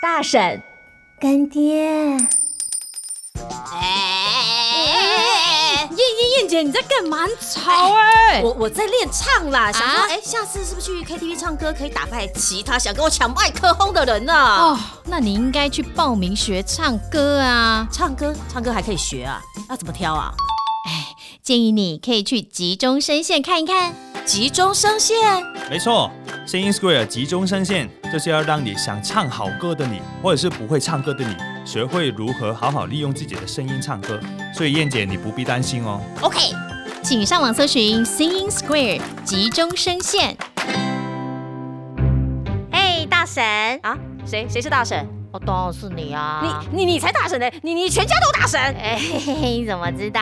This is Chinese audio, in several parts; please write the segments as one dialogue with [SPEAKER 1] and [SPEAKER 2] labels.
[SPEAKER 1] 大婶，
[SPEAKER 2] 干爹，
[SPEAKER 3] 哎，
[SPEAKER 1] 燕燕燕姐你在干嘛？很吵哎、
[SPEAKER 3] 我我在练唱啦，想说
[SPEAKER 1] 啊
[SPEAKER 3] 哎，下次是不是去 KTV 唱歌可以打败其他想跟我抢麦克风的人啊呢？
[SPEAKER 1] 哦，那你应该去报名学唱歌啊！
[SPEAKER 3] 唱歌，唱歌还可以学啊，要怎么挑啊？
[SPEAKER 1] 建议你可以去集中声线看一看。
[SPEAKER 3] 集中声线，
[SPEAKER 4] 没错，声音 Square 集中声线就是要让你想唱好歌的你，或者是不会唱歌的你，学会如何好好利用自己的声音唱歌。所以燕姐，你不必担心哦。
[SPEAKER 3] OK，
[SPEAKER 1] 请上网搜寻 Singing Square 集中声线。
[SPEAKER 5] 哎，大婶，
[SPEAKER 3] 啊，谁谁是大婶？
[SPEAKER 5] 我当然是你啊！
[SPEAKER 3] 你你你才大婶呢，你你全家都大
[SPEAKER 5] 你
[SPEAKER 3] 婶。
[SPEAKER 5] 哎嘿嘿嘿，你怎么知道？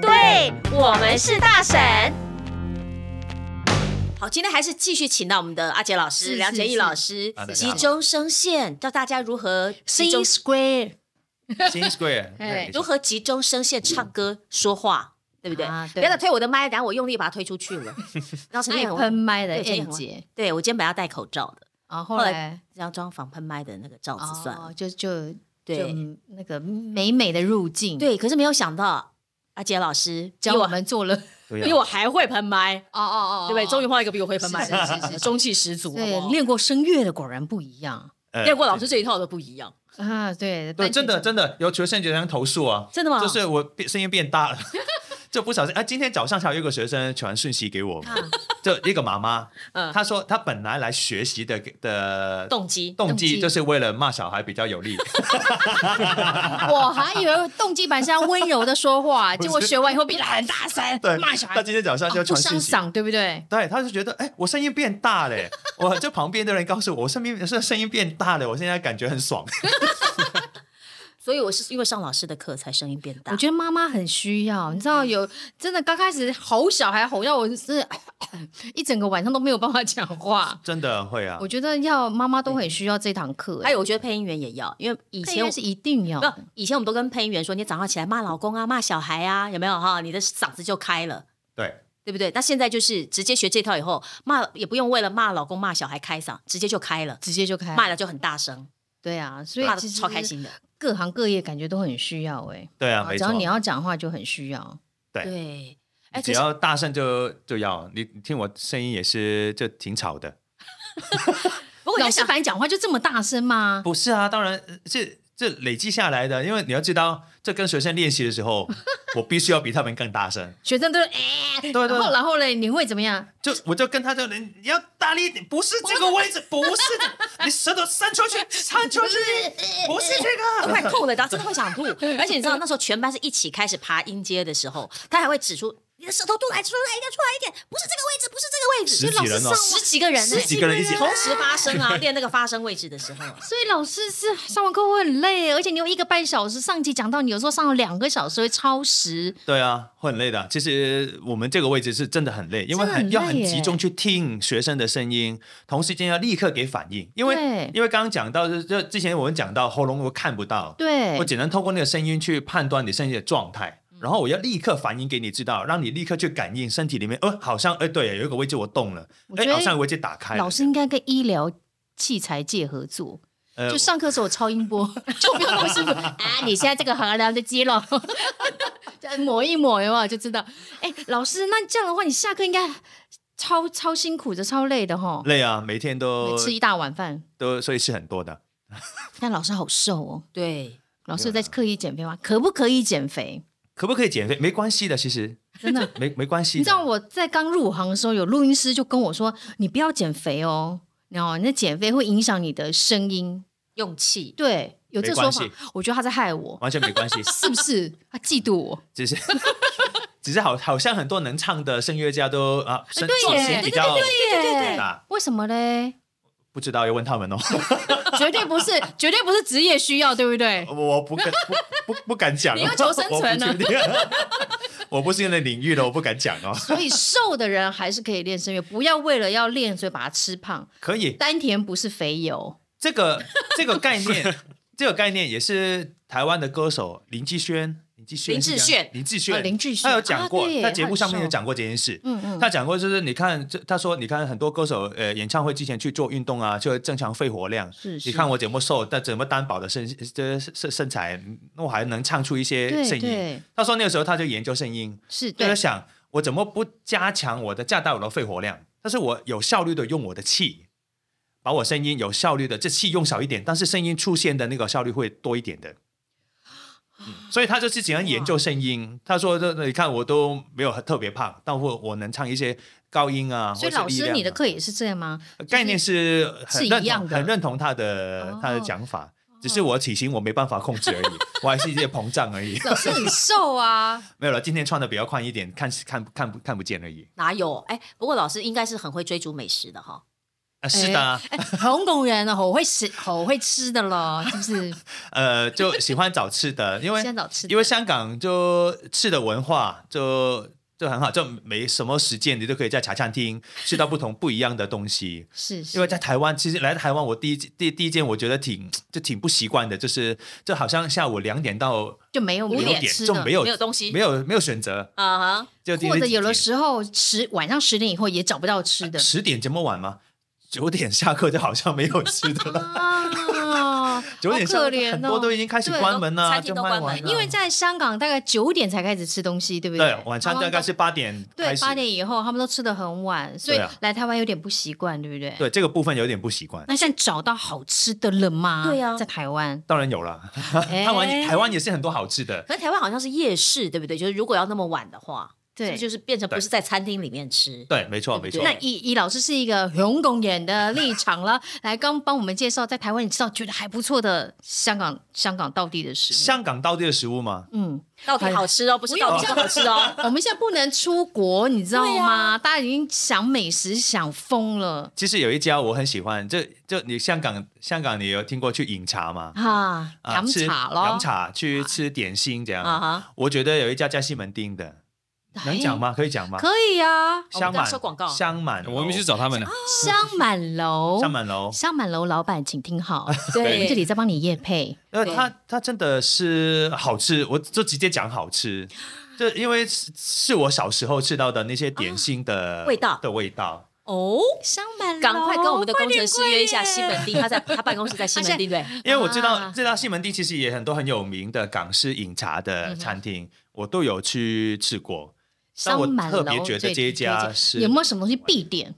[SPEAKER 3] 对，
[SPEAKER 5] 我们是大婶。
[SPEAKER 3] 好，今天还是继续请到我们的阿杰老师、
[SPEAKER 1] 是
[SPEAKER 3] 梁
[SPEAKER 1] 是
[SPEAKER 3] 杰毅
[SPEAKER 1] 是
[SPEAKER 3] 老师
[SPEAKER 4] 啊大，家
[SPEAKER 3] 集
[SPEAKER 4] 好
[SPEAKER 3] 中声线，教大家如何集中
[SPEAKER 1] Singing Square
[SPEAKER 4] 声音 Square
[SPEAKER 3] 如何集中声线唱歌、说话，对不对？
[SPEAKER 1] 啊
[SPEAKER 3] 不
[SPEAKER 1] 对
[SPEAKER 3] 要再推我的麦，等下我用力把它推出去 了。然后陈
[SPEAKER 1] 爱
[SPEAKER 3] 建
[SPEAKER 1] 喷
[SPEAKER 3] 宏，
[SPEAKER 1] 麦的
[SPEAKER 3] 对陈
[SPEAKER 1] 燕
[SPEAKER 3] 彦宏
[SPEAKER 1] 姐，
[SPEAKER 3] 对我今天本来要戴口罩的，
[SPEAKER 1] 啊，后
[SPEAKER 3] 后来
[SPEAKER 1] 来
[SPEAKER 3] 这样装防喷麦的那个罩子算了。
[SPEAKER 1] 哦，就就就
[SPEAKER 3] 对
[SPEAKER 1] 那个美美的入境，，
[SPEAKER 3] 对，可是没有想到阿杰老师
[SPEAKER 1] 教我们做了，
[SPEAKER 4] 对
[SPEAKER 3] 比我还会喷麦，
[SPEAKER 1] 哦哦哦
[SPEAKER 3] 对不对？终于碰到一个比我会喷麦
[SPEAKER 1] 是是是
[SPEAKER 3] 的，
[SPEAKER 1] 是
[SPEAKER 3] 中气十足。
[SPEAKER 1] 对
[SPEAKER 3] 好不好
[SPEAKER 1] 练过声乐的果然不一样
[SPEAKER 4] 呃
[SPEAKER 3] 练过老师这一套的不一样，
[SPEAKER 1] 啊，对
[SPEAKER 4] 对，真的
[SPEAKER 1] 的
[SPEAKER 4] 真的有学生学生投诉啊，
[SPEAKER 3] 真的吗？
[SPEAKER 4] 就是我变声音变大了，就不小心啊。今天早上才有一个学生传讯息给我，就一个妈妈，
[SPEAKER 3] 嗯
[SPEAKER 4] 她说她本来来学习的的
[SPEAKER 3] 动机。
[SPEAKER 4] 动
[SPEAKER 1] 动
[SPEAKER 4] 机
[SPEAKER 1] 机
[SPEAKER 4] 就是为了骂小孩比较有力，
[SPEAKER 1] 我还以为动机版是要温柔的说 话，
[SPEAKER 4] 不
[SPEAKER 1] 结
[SPEAKER 4] 是
[SPEAKER 1] 果学完以后变得很大声，
[SPEAKER 4] 对
[SPEAKER 1] 骂小，孩
[SPEAKER 4] 她今天早上就
[SPEAKER 1] 哦不
[SPEAKER 4] 传
[SPEAKER 1] 伤
[SPEAKER 4] 讯息。
[SPEAKER 1] 嗓，对不对？
[SPEAKER 4] 对，她就觉得，哎、我声音变 大嘞！我就旁边的人告诉我，我声音是声音变大了，我现在感觉很爽。
[SPEAKER 3] 所以我是因为上老师的课才声音变大
[SPEAKER 1] 我。觉得妈妈很需要，你知道有真的刚开始吼小孩吼到我是 一整个晚上都没有办法讲话。
[SPEAKER 4] 真的会啊
[SPEAKER 1] 我，觉得要妈妈都很需要这堂课、欸，
[SPEAKER 3] 还有，我觉得配音员也要，因为以
[SPEAKER 1] 以
[SPEAKER 3] 前
[SPEAKER 1] 前是一定要
[SPEAKER 3] 不，以前我们都跟配音员说，你早上起来骂老公啊，骂小孩啊，有没有哈？你的嗓子就开了，
[SPEAKER 4] 对，
[SPEAKER 3] 对不对？那现在就是直接学这套以后，骂也不用为了骂老公、骂小孩开嗓，直接就开了，
[SPEAKER 1] 直接就
[SPEAKER 4] 哎
[SPEAKER 1] 开
[SPEAKER 3] 骂了就很大声，
[SPEAKER 1] 对啊，所以
[SPEAKER 3] 骂的
[SPEAKER 1] 其实
[SPEAKER 3] 超开心的。
[SPEAKER 1] 各行各业感觉都很需要哎、
[SPEAKER 4] 对啊，没
[SPEAKER 1] 只
[SPEAKER 4] 错
[SPEAKER 1] 要，你要讲话就很需要。
[SPEAKER 4] 对
[SPEAKER 3] 对，哎，
[SPEAKER 4] 只
[SPEAKER 3] 可是
[SPEAKER 4] 要大声就就要，你你听我声音也是就挺吵的。
[SPEAKER 3] 不过你
[SPEAKER 1] 老
[SPEAKER 3] 在
[SPEAKER 1] 师
[SPEAKER 3] 想，
[SPEAKER 1] 反正讲话就这么大声吗？
[SPEAKER 4] 不是啊，当然呃这这累积下来的，因为你要知道，这跟学生练习的时候，我必须要比他们更大声。
[SPEAKER 1] 学生都是 哎、
[SPEAKER 4] 对对
[SPEAKER 1] 然后然后嘞，你会怎么样？
[SPEAKER 4] 就我就跟他就你你要大力一点，不是这个位置，不 是的，你舌头伸出去，伸出去，不是这
[SPEAKER 3] 快
[SPEAKER 4] 个。
[SPEAKER 3] 吐了，然后真的会 想吐。而且你知道那时候全班是一起开始爬音阶的时候，他还会指出你的舌头吐来，出来一点，出来一点，不是这个位置，不是这个位置。
[SPEAKER 4] 十几
[SPEAKER 3] 所以老师
[SPEAKER 4] 人哦
[SPEAKER 3] 上十几个人，
[SPEAKER 4] 十几个人 一起
[SPEAKER 3] 同时发声啊，练那个发声位置的时候啊。
[SPEAKER 1] 所以老师是上完课会很累，而且你有一个半小时，上集讲到你有时候上了两个小时会超时，
[SPEAKER 4] 对啊，会很累的。其实我们这个位置是真的很累，因为
[SPEAKER 1] 真的很
[SPEAKER 4] 很要很
[SPEAKER 1] 累耶
[SPEAKER 4] 集中去听学生的声音，同时间要立刻给反应，因为
[SPEAKER 1] 对
[SPEAKER 4] 因为刚刚讲到，就就之前我们讲到喉咙我看不到，
[SPEAKER 1] 对
[SPEAKER 4] 我，只能通过那个声音去判断你身体的状态，
[SPEAKER 1] 嗯
[SPEAKER 4] 然后我要立刻反应给你知道，让你立刻去感应身体里面，呃，好像，呃，对，有一个位置我动了，
[SPEAKER 1] 我
[SPEAKER 4] 哎，
[SPEAKER 1] 觉得
[SPEAKER 4] 好像有位置打开了。
[SPEAKER 1] 老师应该跟医疗器材界合作，
[SPEAKER 4] 呃
[SPEAKER 1] 就上课时候超音波，就不用那么辛苦 啊！你现在这个衡量的肌肉， 抹一抹的话就知道。哎，老师，那这样的话，你下课应该超超辛苦的，超累的哈。
[SPEAKER 4] 累啊，每天都
[SPEAKER 1] 吃一大碗饭，
[SPEAKER 4] 都，所以吃很多的。
[SPEAKER 1] 但老师好瘦哦。
[SPEAKER 3] 对，
[SPEAKER 1] 老师有
[SPEAKER 4] 啊
[SPEAKER 1] 在刻意减肥吗？可不可以减肥？
[SPEAKER 4] 可不可以减肥？没关系的，其实
[SPEAKER 1] 真的，
[SPEAKER 4] 没没关系的。
[SPEAKER 1] 你知道我在刚入行的时候，有录音师就跟我说：“你不要减肥哦，然后那减肥会影响你的声音。
[SPEAKER 3] 用”气。
[SPEAKER 1] 对，有这个
[SPEAKER 4] 没
[SPEAKER 1] 说
[SPEAKER 4] 关
[SPEAKER 1] 法
[SPEAKER 4] 系，
[SPEAKER 1] 我觉得他在害我。
[SPEAKER 4] 完全没关系，
[SPEAKER 1] 是不是？他嫉妒 我，
[SPEAKER 4] 只是只是好，好像很多能唱的声乐家都啊，声
[SPEAKER 1] 对
[SPEAKER 4] 创
[SPEAKER 1] 耶
[SPEAKER 4] 新比较
[SPEAKER 1] 对对
[SPEAKER 4] 大，
[SPEAKER 1] 为什么嘞？
[SPEAKER 4] 不知道要问他们哦。
[SPEAKER 1] 绝对不是，绝对不是职业需要，对不对？
[SPEAKER 4] 我不敢不不不敢讲哦，
[SPEAKER 1] 你要求生存啊呢
[SPEAKER 4] 我不确定 我不是那领域的，我不敢讲哦。
[SPEAKER 1] 所以瘦的人还是可以练声乐，不要为了要练所以把它吃胖。
[SPEAKER 4] 可以，
[SPEAKER 1] 丹田不是肥油，
[SPEAKER 4] 这个这个概念，这个概念也是台湾的歌手林志轩，林志炫
[SPEAKER 3] 林志
[SPEAKER 4] 是这样
[SPEAKER 3] 炫
[SPEAKER 4] 林志炫，
[SPEAKER 1] 林志炫
[SPEAKER 4] 他有讲过
[SPEAKER 1] 啊，对
[SPEAKER 4] 在节
[SPEAKER 1] 他
[SPEAKER 4] 目
[SPEAKER 1] 很
[SPEAKER 4] 上面有
[SPEAKER 1] 瘦
[SPEAKER 4] 讲过这件事。
[SPEAKER 1] 嗯嗯，
[SPEAKER 4] 他讲过，就是你看，这他说，你看很多歌手，呃，演唱会之前去做运动啊，就正常肺活量。
[SPEAKER 1] 是
[SPEAKER 4] 你看我怎么瘦，但怎么单薄的身呃这身身材，那我还能唱出一些
[SPEAKER 1] 对
[SPEAKER 4] 声音。
[SPEAKER 1] 对
[SPEAKER 4] 他说那个时候他就研究声音，
[SPEAKER 1] 是
[SPEAKER 4] 就
[SPEAKER 1] 对
[SPEAKER 4] 在想我怎么不加强我的加大我的肺活量，但是我有效率的用我的气，把我声音有效率的这气用少一点，但是声音出现的那个效率会多一点的。嗯所以他就是喜欢研究声音。他说：“这你看我都没有很特别胖，但我我能唱一些高音啊。”
[SPEAKER 1] 所以
[SPEAKER 4] 或是
[SPEAKER 1] 老
[SPEAKER 4] 力
[SPEAKER 1] 师
[SPEAKER 4] 量
[SPEAKER 1] 你的
[SPEAKER 4] 啊
[SPEAKER 1] 课也是这样吗？
[SPEAKER 4] 概念是很
[SPEAKER 1] 是一
[SPEAKER 4] 认
[SPEAKER 1] 样
[SPEAKER 4] 同，
[SPEAKER 1] 的
[SPEAKER 4] 很认同他的他的
[SPEAKER 1] 哦
[SPEAKER 4] 讲法。只是我体型我没办法控制而已，我还是一些膨胀而已。
[SPEAKER 1] 老师很瘦啊，
[SPEAKER 4] 没有了，今天穿的比较宽一点，看看看不看不见而已。
[SPEAKER 3] 哪有？哎，不过老师应该是很会追逐美食的哈。
[SPEAKER 4] 啊，是的啊，
[SPEAKER 1] 哎红工人啊，我会吃，我会吃的咯，是不是？
[SPEAKER 4] 呃，就喜欢找吃的，因为
[SPEAKER 1] 香港吃的
[SPEAKER 4] 因为香港就吃的文化就就很好，就没什么时间，你就可以在茶餐厅吃到不同不一样的 东西。
[SPEAKER 1] 是是
[SPEAKER 4] 因为在台湾，其实来台湾，我第一第第一件我觉得挺就挺不习惯的，就是就好像下午两点到
[SPEAKER 1] 就没有
[SPEAKER 3] 五
[SPEAKER 1] 没有
[SPEAKER 3] 点
[SPEAKER 1] 吃
[SPEAKER 4] 就
[SPEAKER 1] 的
[SPEAKER 4] 没有
[SPEAKER 3] 没有东西
[SPEAKER 4] 没有没有选择，
[SPEAKER 3] 啊哈，
[SPEAKER 4] 就
[SPEAKER 1] 或者有的时候十晚上十点以后也找不到吃的
[SPEAKER 4] 十点这么晚吗？九点下课就好像没有吃的 了，
[SPEAKER 1] 啊，
[SPEAKER 4] 九点
[SPEAKER 1] 好
[SPEAKER 4] 下
[SPEAKER 1] 可
[SPEAKER 4] 课
[SPEAKER 1] 怜哦
[SPEAKER 4] 很多都已经开始
[SPEAKER 1] 对
[SPEAKER 4] 关门了，
[SPEAKER 3] 餐厅
[SPEAKER 4] 就
[SPEAKER 3] 都
[SPEAKER 4] 卖
[SPEAKER 3] 关门
[SPEAKER 4] 完了，
[SPEAKER 1] 因为在香港大概九点才开始吃东西，对不
[SPEAKER 4] 对晚上大概是
[SPEAKER 1] 他们
[SPEAKER 4] 八点
[SPEAKER 1] 都
[SPEAKER 4] 开
[SPEAKER 1] 对
[SPEAKER 4] 始，
[SPEAKER 1] 八点以后，他们都吃的很晚，所以
[SPEAKER 4] 对啊
[SPEAKER 1] 来台湾有点不习惯，对不对？
[SPEAKER 4] 对这个部分有点不习惯。，
[SPEAKER 1] 那现在找到好吃的了吗？
[SPEAKER 3] 对啊
[SPEAKER 1] 在台湾 哎
[SPEAKER 4] 当然有了，
[SPEAKER 1] 台
[SPEAKER 4] 台湾台湾也是很多好吃的。
[SPEAKER 3] 可是台湾好像是夜市，对不对？就是如果要那么晚的话，是
[SPEAKER 1] 对
[SPEAKER 3] 不是就是变成
[SPEAKER 4] 对
[SPEAKER 3] 不是在餐厅里面吃。
[SPEAKER 4] 对，没错，
[SPEAKER 3] 对
[SPEAKER 4] 没
[SPEAKER 3] 不对
[SPEAKER 4] 错。
[SPEAKER 1] 那以以老师是一个勇公演的立场了， 来刚帮我们介绍在台湾你知道觉得还不错的香港香港道地的食物。
[SPEAKER 4] 香港当地的食物吗？
[SPEAKER 1] 嗯，
[SPEAKER 3] 到底好吃哦，不是到底不好吃哦。
[SPEAKER 1] 我们现在不能出国，你知道吗？大家已经想美食想疯了
[SPEAKER 4] 其实有一家我很喜欢，就就你香港香港，你有听过去饮茶吗？
[SPEAKER 1] 啊！
[SPEAKER 4] 啊
[SPEAKER 1] 洋
[SPEAKER 4] 吃
[SPEAKER 1] 茶咯，啊
[SPEAKER 4] 饮茶去吃点心这
[SPEAKER 3] 啊
[SPEAKER 4] 样。
[SPEAKER 3] 哈，
[SPEAKER 4] 我觉得有一家在西门町的，
[SPEAKER 1] 哎
[SPEAKER 4] 能讲吗？可以讲吗？哦
[SPEAKER 1] 可以啊，
[SPEAKER 3] 哦我们
[SPEAKER 4] 香
[SPEAKER 3] 刚
[SPEAKER 4] 满
[SPEAKER 3] 刚收广告
[SPEAKER 4] 香满楼，哦
[SPEAKER 6] 我们去找他们了。
[SPEAKER 1] 香满楼，
[SPEAKER 4] 香满楼。
[SPEAKER 1] 香满楼老板，请听 好，
[SPEAKER 3] 对
[SPEAKER 1] 我们这里在帮你夜配，
[SPEAKER 4] 呃，
[SPEAKER 3] 对
[SPEAKER 4] 它它真的是好吃，我就直接讲好吃，就因为是是我小时候吃到的那些点心的、
[SPEAKER 3] 啊味道
[SPEAKER 4] 的味道。
[SPEAKER 3] 哦，
[SPEAKER 1] 香满楼，
[SPEAKER 3] 赶快跟我们的工程师约一下西门町，他在他办公室在西门町，对，
[SPEAKER 4] 因为我知道、
[SPEAKER 1] 啊
[SPEAKER 4] 知道西门町其实也很多很有名的港式饮茶
[SPEAKER 3] 嗯
[SPEAKER 4] 的餐厅，我都有去吃过。但我
[SPEAKER 1] 香满
[SPEAKER 4] 特
[SPEAKER 1] 楼
[SPEAKER 4] 别觉得这一家是
[SPEAKER 1] 有没有什么东西必点？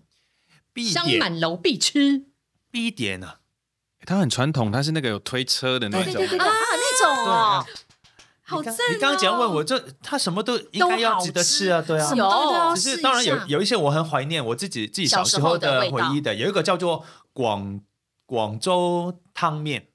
[SPEAKER 4] 必
[SPEAKER 1] 香
[SPEAKER 4] 点
[SPEAKER 1] 满 楼必吃，
[SPEAKER 4] 必点啊，
[SPEAKER 6] 哎他很传统，他是那个有推车的那种。
[SPEAKER 3] 啊，那种
[SPEAKER 4] 啊
[SPEAKER 3] 哦，
[SPEAKER 1] 好
[SPEAKER 4] 你
[SPEAKER 1] 赞
[SPEAKER 4] 刚
[SPEAKER 1] 哦！
[SPEAKER 4] 你刚刚讲问我，这他什么都应该要值得吃啊，对啊
[SPEAKER 1] 什。么都要
[SPEAKER 4] 只
[SPEAKER 1] 试
[SPEAKER 4] 是
[SPEAKER 1] 一
[SPEAKER 4] 当然有
[SPEAKER 1] 下
[SPEAKER 4] 有一些我很怀念我自己自己小
[SPEAKER 3] 小时
[SPEAKER 4] 时
[SPEAKER 3] 候
[SPEAKER 4] 候
[SPEAKER 3] 的
[SPEAKER 4] 的
[SPEAKER 3] 味
[SPEAKER 4] 回
[SPEAKER 3] 道
[SPEAKER 4] 忆的，有一个叫做广广州汤面，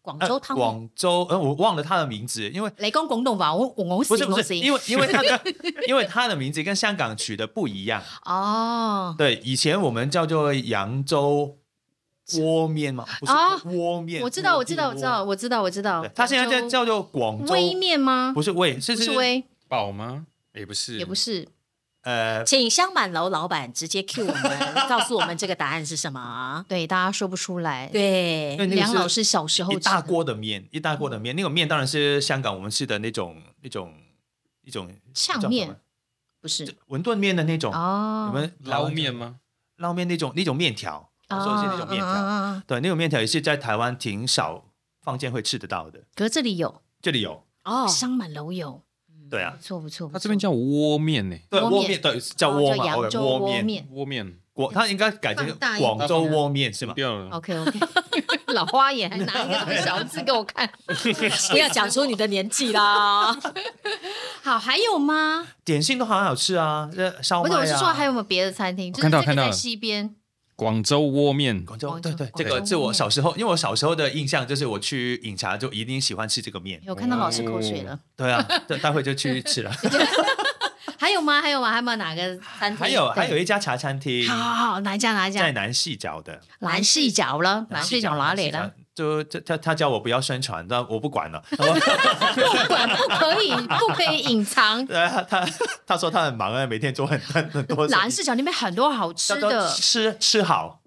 [SPEAKER 3] 广
[SPEAKER 4] 呃
[SPEAKER 3] 州汤面
[SPEAKER 4] 广州呃我忘了它的名字，因为
[SPEAKER 1] 雷公广东话，我我
[SPEAKER 4] 不
[SPEAKER 1] 死
[SPEAKER 4] 是不
[SPEAKER 1] 我
[SPEAKER 4] 是，
[SPEAKER 1] 死，
[SPEAKER 4] 因
[SPEAKER 1] 为
[SPEAKER 4] 为因为它的 因为它的名字跟香港取的不一样，
[SPEAKER 1] 哦，
[SPEAKER 4] 对，以前我们叫做扬州窝面嘛，不是
[SPEAKER 1] 啊
[SPEAKER 4] 窝面，
[SPEAKER 1] 我知道我知道我
[SPEAKER 4] 锅底
[SPEAKER 1] 知
[SPEAKER 4] 的
[SPEAKER 1] 道
[SPEAKER 4] 窝。
[SPEAKER 1] 我知道我知道
[SPEAKER 4] 对，他现在叫
[SPEAKER 1] 广州
[SPEAKER 4] 叫做广州
[SPEAKER 1] 微面吗？
[SPEAKER 4] 不是微，是
[SPEAKER 1] 不是微，
[SPEAKER 6] 宝吗？也不是，
[SPEAKER 1] 也不。是，
[SPEAKER 4] 呃，
[SPEAKER 3] 请香满楼老板直接 Q 我们，告诉我们这个答案是什么。
[SPEAKER 1] 对，大家说不出来。，
[SPEAKER 3] 对，
[SPEAKER 4] 因为那个
[SPEAKER 1] 梁
[SPEAKER 4] 是
[SPEAKER 1] 老师小时候
[SPEAKER 4] 一
[SPEAKER 1] 吃
[SPEAKER 4] 大
[SPEAKER 1] 的嗯
[SPEAKER 4] 锅的面，一大锅的面，那个面当然是香港我们吃的那种那种一种
[SPEAKER 1] 呛
[SPEAKER 4] 叫什么
[SPEAKER 1] 面不是
[SPEAKER 4] 就馄饨面的那种，
[SPEAKER 1] 哦
[SPEAKER 4] 你，们
[SPEAKER 6] 捞面？吗？
[SPEAKER 4] 捞面那种那种面条，我
[SPEAKER 1] 哦
[SPEAKER 4] 说的是那种
[SPEAKER 1] 嗯嗯
[SPEAKER 4] 面条，哦
[SPEAKER 1] 嗯嗯
[SPEAKER 4] 对，那种面条也是在台湾挺少坊间会吃得到的，
[SPEAKER 1] 可是这里有
[SPEAKER 4] 这里有，
[SPEAKER 3] 哦，
[SPEAKER 1] 香满楼有，
[SPEAKER 4] 对
[SPEAKER 1] 不
[SPEAKER 4] 啊，
[SPEAKER 1] 错不错。不
[SPEAKER 6] 他
[SPEAKER 1] 错
[SPEAKER 6] 这边叫窝面呢，
[SPEAKER 4] 对
[SPEAKER 1] 嗯窝
[SPEAKER 4] 窝
[SPEAKER 1] 面
[SPEAKER 4] 面，对叫
[SPEAKER 1] 哦
[SPEAKER 4] 窝
[SPEAKER 1] 叫
[SPEAKER 4] 嘛
[SPEAKER 1] 扬
[SPEAKER 4] ，OK，
[SPEAKER 1] 州窝
[SPEAKER 4] 面。
[SPEAKER 1] 面嗯
[SPEAKER 6] 窝面
[SPEAKER 4] 广，他应该改成
[SPEAKER 1] 放大一
[SPEAKER 4] 广
[SPEAKER 1] 点
[SPEAKER 4] 州窝面是吗？
[SPEAKER 6] 掉了。
[SPEAKER 1] OK OK，老 花眼还拿一个小字给我 看。
[SPEAKER 3] 不要讲出你的年纪 啦。
[SPEAKER 1] 好，还有吗？
[SPEAKER 4] 点心都很好吃啊，这烧
[SPEAKER 1] 不
[SPEAKER 4] 麦
[SPEAKER 1] 是，
[SPEAKER 4] 啊。
[SPEAKER 1] 我是说还有没有别的餐厅？就是
[SPEAKER 6] 看到
[SPEAKER 1] 这个
[SPEAKER 6] 看到
[SPEAKER 1] 在
[SPEAKER 6] 了
[SPEAKER 1] 西边，
[SPEAKER 6] 广州窝面，
[SPEAKER 4] 广州，
[SPEAKER 1] 广
[SPEAKER 4] 对
[SPEAKER 1] 州
[SPEAKER 4] 对，
[SPEAKER 1] 广
[SPEAKER 4] 这
[SPEAKER 1] 州
[SPEAKER 4] 个是我
[SPEAKER 1] 面
[SPEAKER 4] 小时候，因为我小时候的印象就是我去饮茶就一定喜欢吃这个面。
[SPEAKER 1] 有看到老师口水了。
[SPEAKER 4] 对啊， 对，待会就去 吃了。
[SPEAKER 1] 还有吗？还有吗？还有没有哪个餐厅？
[SPEAKER 4] 还有还有
[SPEAKER 1] 一
[SPEAKER 4] 一家茶餐厅
[SPEAKER 1] 好好好，哪一家？哪一
[SPEAKER 4] 在
[SPEAKER 1] 家？
[SPEAKER 4] 南细角的，
[SPEAKER 1] 蓝视角了，蓝视角哪里
[SPEAKER 4] 南
[SPEAKER 1] 了？
[SPEAKER 4] 细角？就就他他叫我不要宣传，但我不管了。。
[SPEAKER 1] 不管，不可以，不可以隐藏
[SPEAKER 4] 他啊他他说他很忙啊，每天做很很很多事情。
[SPEAKER 1] 蓝视角那边很多好吃
[SPEAKER 4] 叫做
[SPEAKER 1] 的，
[SPEAKER 4] 吃吃好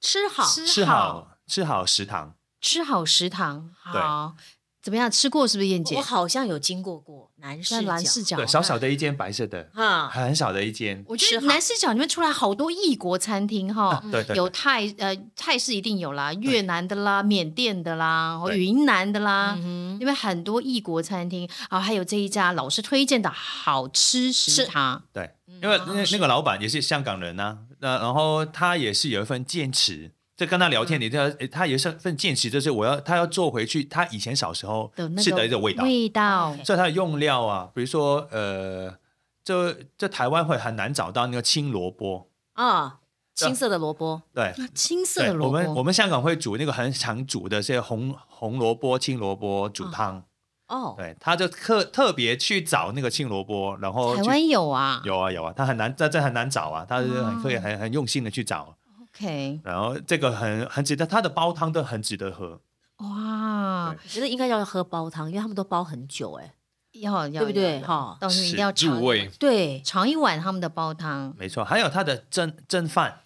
[SPEAKER 3] 吃好
[SPEAKER 1] 吃
[SPEAKER 4] 吃
[SPEAKER 1] 好
[SPEAKER 4] 好吃好食堂，
[SPEAKER 1] 吃好食堂。
[SPEAKER 4] 对
[SPEAKER 1] 好，怎么样？吃过是不是燕姐
[SPEAKER 3] 我？好像有经过过男士
[SPEAKER 1] 那蓝视角
[SPEAKER 4] 对，小小的一间白色的，
[SPEAKER 3] 哈，
[SPEAKER 4] 很小的一间，
[SPEAKER 1] 啊我觉
[SPEAKER 3] 吃
[SPEAKER 1] 得
[SPEAKER 3] 好
[SPEAKER 1] 南视角里面出来好多异国餐厅哈
[SPEAKER 4] 啊，对对
[SPEAKER 1] 有
[SPEAKER 4] 对
[SPEAKER 1] 泰呃泰式一定有啦，越南的啦，缅甸的啦，然后
[SPEAKER 4] 对
[SPEAKER 1] 云南的啦，
[SPEAKER 3] 嗯哼
[SPEAKER 1] 因为很多异国餐厅啊，还有这一家老师推荐的好吃食堂，
[SPEAKER 4] 对，因为那那个老板也是香港人呐、那然后他也是有一份坚持。就跟他聊
[SPEAKER 1] 嗯
[SPEAKER 4] 天，你知道，诶他有一份坚持，就是我要他要做回去他以前小时候
[SPEAKER 1] 的那个
[SPEAKER 4] 吃的一个味道，
[SPEAKER 1] 味道
[SPEAKER 3] OK
[SPEAKER 4] 所以它的用料啊，比如说呃，这这台湾会很难找到那个青萝卜，
[SPEAKER 3] 啊，青色的萝卜，
[SPEAKER 4] 对，
[SPEAKER 1] 青色
[SPEAKER 4] 对
[SPEAKER 1] 的，啊萝
[SPEAKER 4] 我们我
[SPEAKER 1] 卜，
[SPEAKER 4] 们香港会煮那个很常煮的是红红萝卜、青萝卜
[SPEAKER 1] 啊
[SPEAKER 4] 煮汤，
[SPEAKER 3] 哦，
[SPEAKER 4] 对，他就特特别去找那个青萝卜，然后
[SPEAKER 1] 台
[SPEAKER 4] 去
[SPEAKER 1] 湾有啊
[SPEAKER 4] 有啊有啊，他很难，这这很难找啊，他是很会很很用心的去找，啊
[SPEAKER 1] ，OK，
[SPEAKER 4] 然后这个很很值得，他的煲汤都很值得喝，
[SPEAKER 1] 哇，
[SPEAKER 3] 我觉得应该要喝煲汤，因为他们都煲很久，哎，
[SPEAKER 1] 要要
[SPEAKER 3] 对不对？
[SPEAKER 1] 要
[SPEAKER 3] 哈，
[SPEAKER 1] 到时候一定
[SPEAKER 4] 是
[SPEAKER 1] 要尝
[SPEAKER 6] 入味，
[SPEAKER 3] 对，
[SPEAKER 1] 尝一碗他们的煲汤，
[SPEAKER 4] 没错，还有他的蒸蒸饭，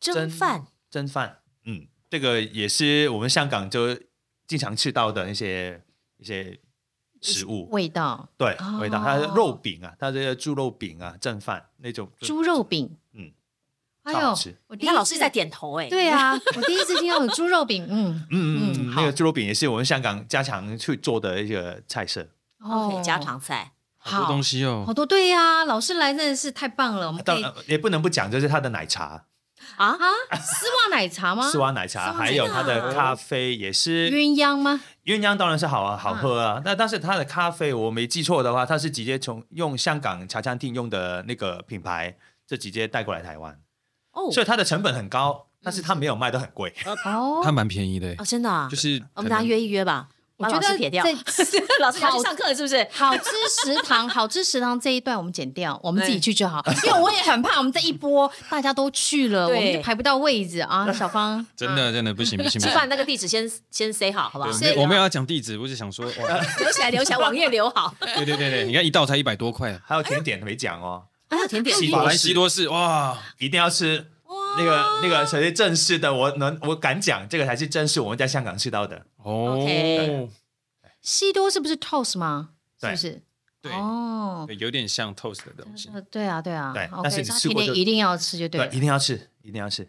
[SPEAKER 3] 蒸饭
[SPEAKER 4] 蒸饭，嗯，这个也是我们香港就经常吃到的一些一些食物，
[SPEAKER 1] 味道
[SPEAKER 4] 对，
[SPEAKER 1] 哦
[SPEAKER 4] 味道，它的肉饼啊，它这个猪肉饼啊，蒸饭那种就
[SPEAKER 1] 猪肉饼，
[SPEAKER 4] 嗯，
[SPEAKER 1] 哎
[SPEAKER 4] 超
[SPEAKER 1] 呦
[SPEAKER 4] 好吃，
[SPEAKER 1] 我
[SPEAKER 3] 你
[SPEAKER 1] 第一
[SPEAKER 3] 看老
[SPEAKER 1] 次
[SPEAKER 3] 师在点头，哎，
[SPEAKER 1] 对啊，我第一次听到有猪肉饼，嗯，
[SPEAKER 4] 嗯嗯
[SPEAKER 1] 嗯
[SPEAKER 4] 嗯，那个猪肉饼也是我们香港家常去做的一个菜色。
[SPEAKER 3] ，OK，家常菜，
[SPEAKER 6] 好多东西
[SPEAKER 1] 哦好
[SPEAKER 6] 哦。
[SPEAKER 1] 多对呀、老师来真的是太棒了，我们可
[SPEAKER 4] 当
[SPEAKER 1] 以
[SPEAKER 4] 然呃也不能不讲，就是它的奶茶，
[SPEAKER 3] 啊，
[SPEAKER 1] 啊，丝袜奶茶吗？
[SPEAKER 4] 丝袜奶茶，还有它的咖啡也是
[SPEAKER 1] 鸳鸯吗？
[SPEAKER 4] 鸳鸯当然是好啊，好喝啊。那但是它的咖啡，我没记错的话，它是直接从用香港茶餐厅用的那个品牌，就直接带过来台湾，
[SPEAKER 3] 哦，
[SPEAKER 4] 所以它的成本很高，但是它没有卖的很贵。
[SPEAKER 6] 它
[SPEAKER 1] 哦，
[SPEAKER 6] 蛮便宜的欸
[SPEAKER 3] 啊，，真的啊，
[SPEAKER 6] 就是
[SPEAKER 3] 我们
[SPEAKER 6] 可
[SPEAKER 3] 大家
[SPEAKER 6] 能
[SPEAKER 3] 约一约吧，把老师撇掉
[SPEAKER 1] 在，
[SPEAKER 3] 老师要去上课了是不是？
[SPEAKER 1] 好吃食堂，好吃食堂这一段我们剪掉，我们自己去就好，因为我也很怕我们这一波大家都去了，我
[SPEAKER 3] 对
[SPEAKER 1] 们就排不到位置啊。小芳，
[SPEAKER 6] 真的真的不行不行不
[SPEAKER 3] 吃
[SPEAKER 6] 行。
[SPEAKER 3] 饭那个地址先先 say 好，好不好？
[SPEAKER 6] 对没有我没有要讲地址，我只想说，哇，
[SPEAKER 3] 留起来，留起来，网页留好。
[SPEAKER 6] 对对对对，你看一道才一百多块啊，
[SPEAKER 4] 还有甜点没讲哦，
[SPEAKER 3] 还哎有甜点，
[SPEAKER 4] 西
[SPEAKER 6] 法
[SPEAKER 4] 多
[SPEAKER 6] 兰
[SPEAKER 4] 士
[SPEAKER 6] 西多士，哇，
[SPEAKER 4] 一定要吃。那个那个才是正式的，我能我敢讲，这个才是正式我们在香港吃到的。
[SPEAKER 6] 哦
[SPEAKER 3] OK，
[SPEAKER 1] 西多是不是 toast 吗？是
[SPEAKER 4] 对
[SPEAKER 1] 不是？
[SPEAKER 6] 对
[SPEAKER 1] 哦，
[SPEAKER 6] 对，有点像 toast 的东西，
[SPEAKER 1] 呃对啊，对啊，
[SPEAKER 4] 对
[SPEAKER 1] OK，
[SPEAKER 4] 但是你
[SPEAKER 1] 那
[SPEAKER 4] 吃
[SPEAKER 1] 甜
[SPEAKER 4] 过
[SPEAKER 1] 点
[SPEAKER 4] 就
[SPEAKER 1] 一定要吃就对
[SPEAKER 4] 对，
[SPEAKER 1] 了
[SPEAKER 4] 一。定要吃，一定要吃。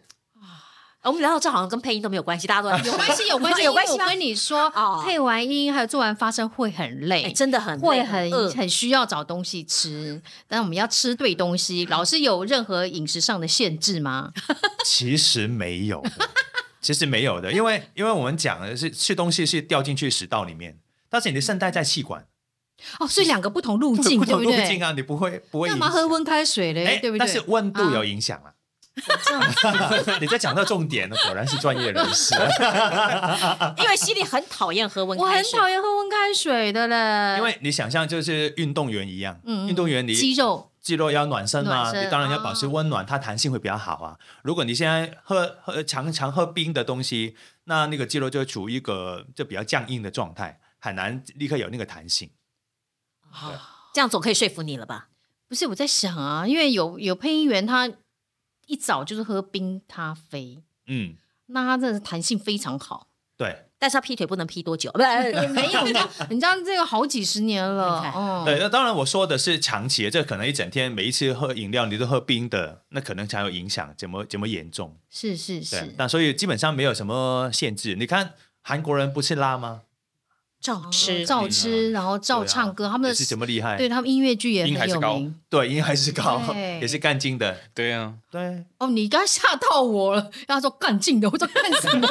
[SPEAKER 3] 我们聊到这好像跟配音都没有关系，大家都 在
[SPEAKER 1] 有关系，有关系，
[SPEAKER 3] 有关系
[SPEAKER 1] 因
[SPEAKER 3] 吗
[SPEAKER 1] 为 我跟你说
[SPEAKER 3] 哦，
[SPEAKER 1] 配完音还有做完发声会很累
[SPEAKER 3] 哎，，真的嗯很
[SPEAKER 1] 会
[SPEAKER 3] 累
[SPEAKER 1] 很
[SPEAKER 3] 饿。
[SPEAKER 1] 很需要找东西吃，但我们要吃对东西。老师有任何饮食上的限制吗？
[SPEAKER 4] 其实没 有的，其实没有的，因为因为我们讲的是吃东西是掉进去食道里面，但是你的声带在气管，
[SPEAKER 1] 哦，所以两个不同路径，
[SPEAKER 4] 不
[SPEAKER 1] 对
[SPEAKER 4] 同
[SPEAKER 1] 不
[SPEAKER 4] 路
[SPEAKER 1] 对
[SPEAKER 4] 径？啊，你不会不会
[SPEAKER 1] 干嘛
[SPEAKER 4] 影
[SPEAKER 1] 喝
[SPEAKER 4] 响
[SPEAKER 1] 温开水嘞？
[SPEAKER 4] 哎，
[SPEAKER 1] 对不对？啊
[SPEAKER 4] 但是温度有影响啊。 你在讲到重点了，果然是专业人士。
[SPEAKER 3] 因为西里很讨厌喝温
[SPEAKER 1] 我
[SPEAKER 3] 开
[SPEAKER 1] 很
[SPEAKER 3] 水，
[SPEAKER 1] 讨厌喝温开水的嘞，
[SPEAKER 4] 因为你想象就是运动员一样，
[SPEAKER 1] 嗯嗯
[SPEAKER 4] 运动员你
[SPEAKER 1] 肌肉
[SPEAKER 4] 肌肉要暖身嘛，
[SPEAKER 1] 暖身啊
[SPEAKER 4] 你当然要保持温暖，它弹性会比较好啊。如果你现在喝喝常常喝冰的东西，那那个肌肉就会处于一个就比较僵硬的状态，很难立刻有那个弹性。
[SPEAKER 3] 这样总可以说服你了吧？
[SPEAKER 1] 不是我在想啊，因为有有配音员他一早就是喝冰咖啡，
[SPEAKER 4] 嗯，
[SPEAKER 1] 那他真的是弹性非常好。
[SPEAKER 4] 对
[SPEAKER 3] 但是他劈腿不能劈多久，不呃是
[SPEAKER 1] 没哎有，你知道你知道这个好几十年了
[SPEAKER 3] 你，看
[SPEAKER 1] 嗯，
[SPEAKER 4] 对。那当然我说的是长期的，这可能一整天每一次喝饮料你都喝冰的，那可能才有影响，怎么怎么严重？
[SPEAKER 1] 是是
[SPEAKER 4] 对
[SPEAKER 1] 是，，
[SPEAKER 4] 那所以基本上没有什么限制。你看韩国人不吃辣吗？
[SPEAKER 3] 照吃。
[SPEAKER 1] 哦照吃，然后照
[SPEAKER 4] 对啊
[SPEAKER 1] 唱歌，他们
[SPEAKER 4] 也
[SPEAKER 1] 的
[SPEAKER 4] 是怎么厉害？
[SPEAKER 1] 对他们音乐剧也
[SPEAKER 6] 音还
[SPEAKER 1] 很
[SPEAKER 6] 是
[SPEAKER 1] 有
[SPEAKER 6] 高
[SPEAKER 1] 名。
[SPEAKER 4] 对，音还是高，
[SPEAKER 1] 对
[SPEAKER 4] 也是干净的。
[SPEAKER 6] 对啊，
[SPEAKER 4] 对，
[SPEAKER 1] 哦，你刚吓到我了，他说干净的，我说干什么？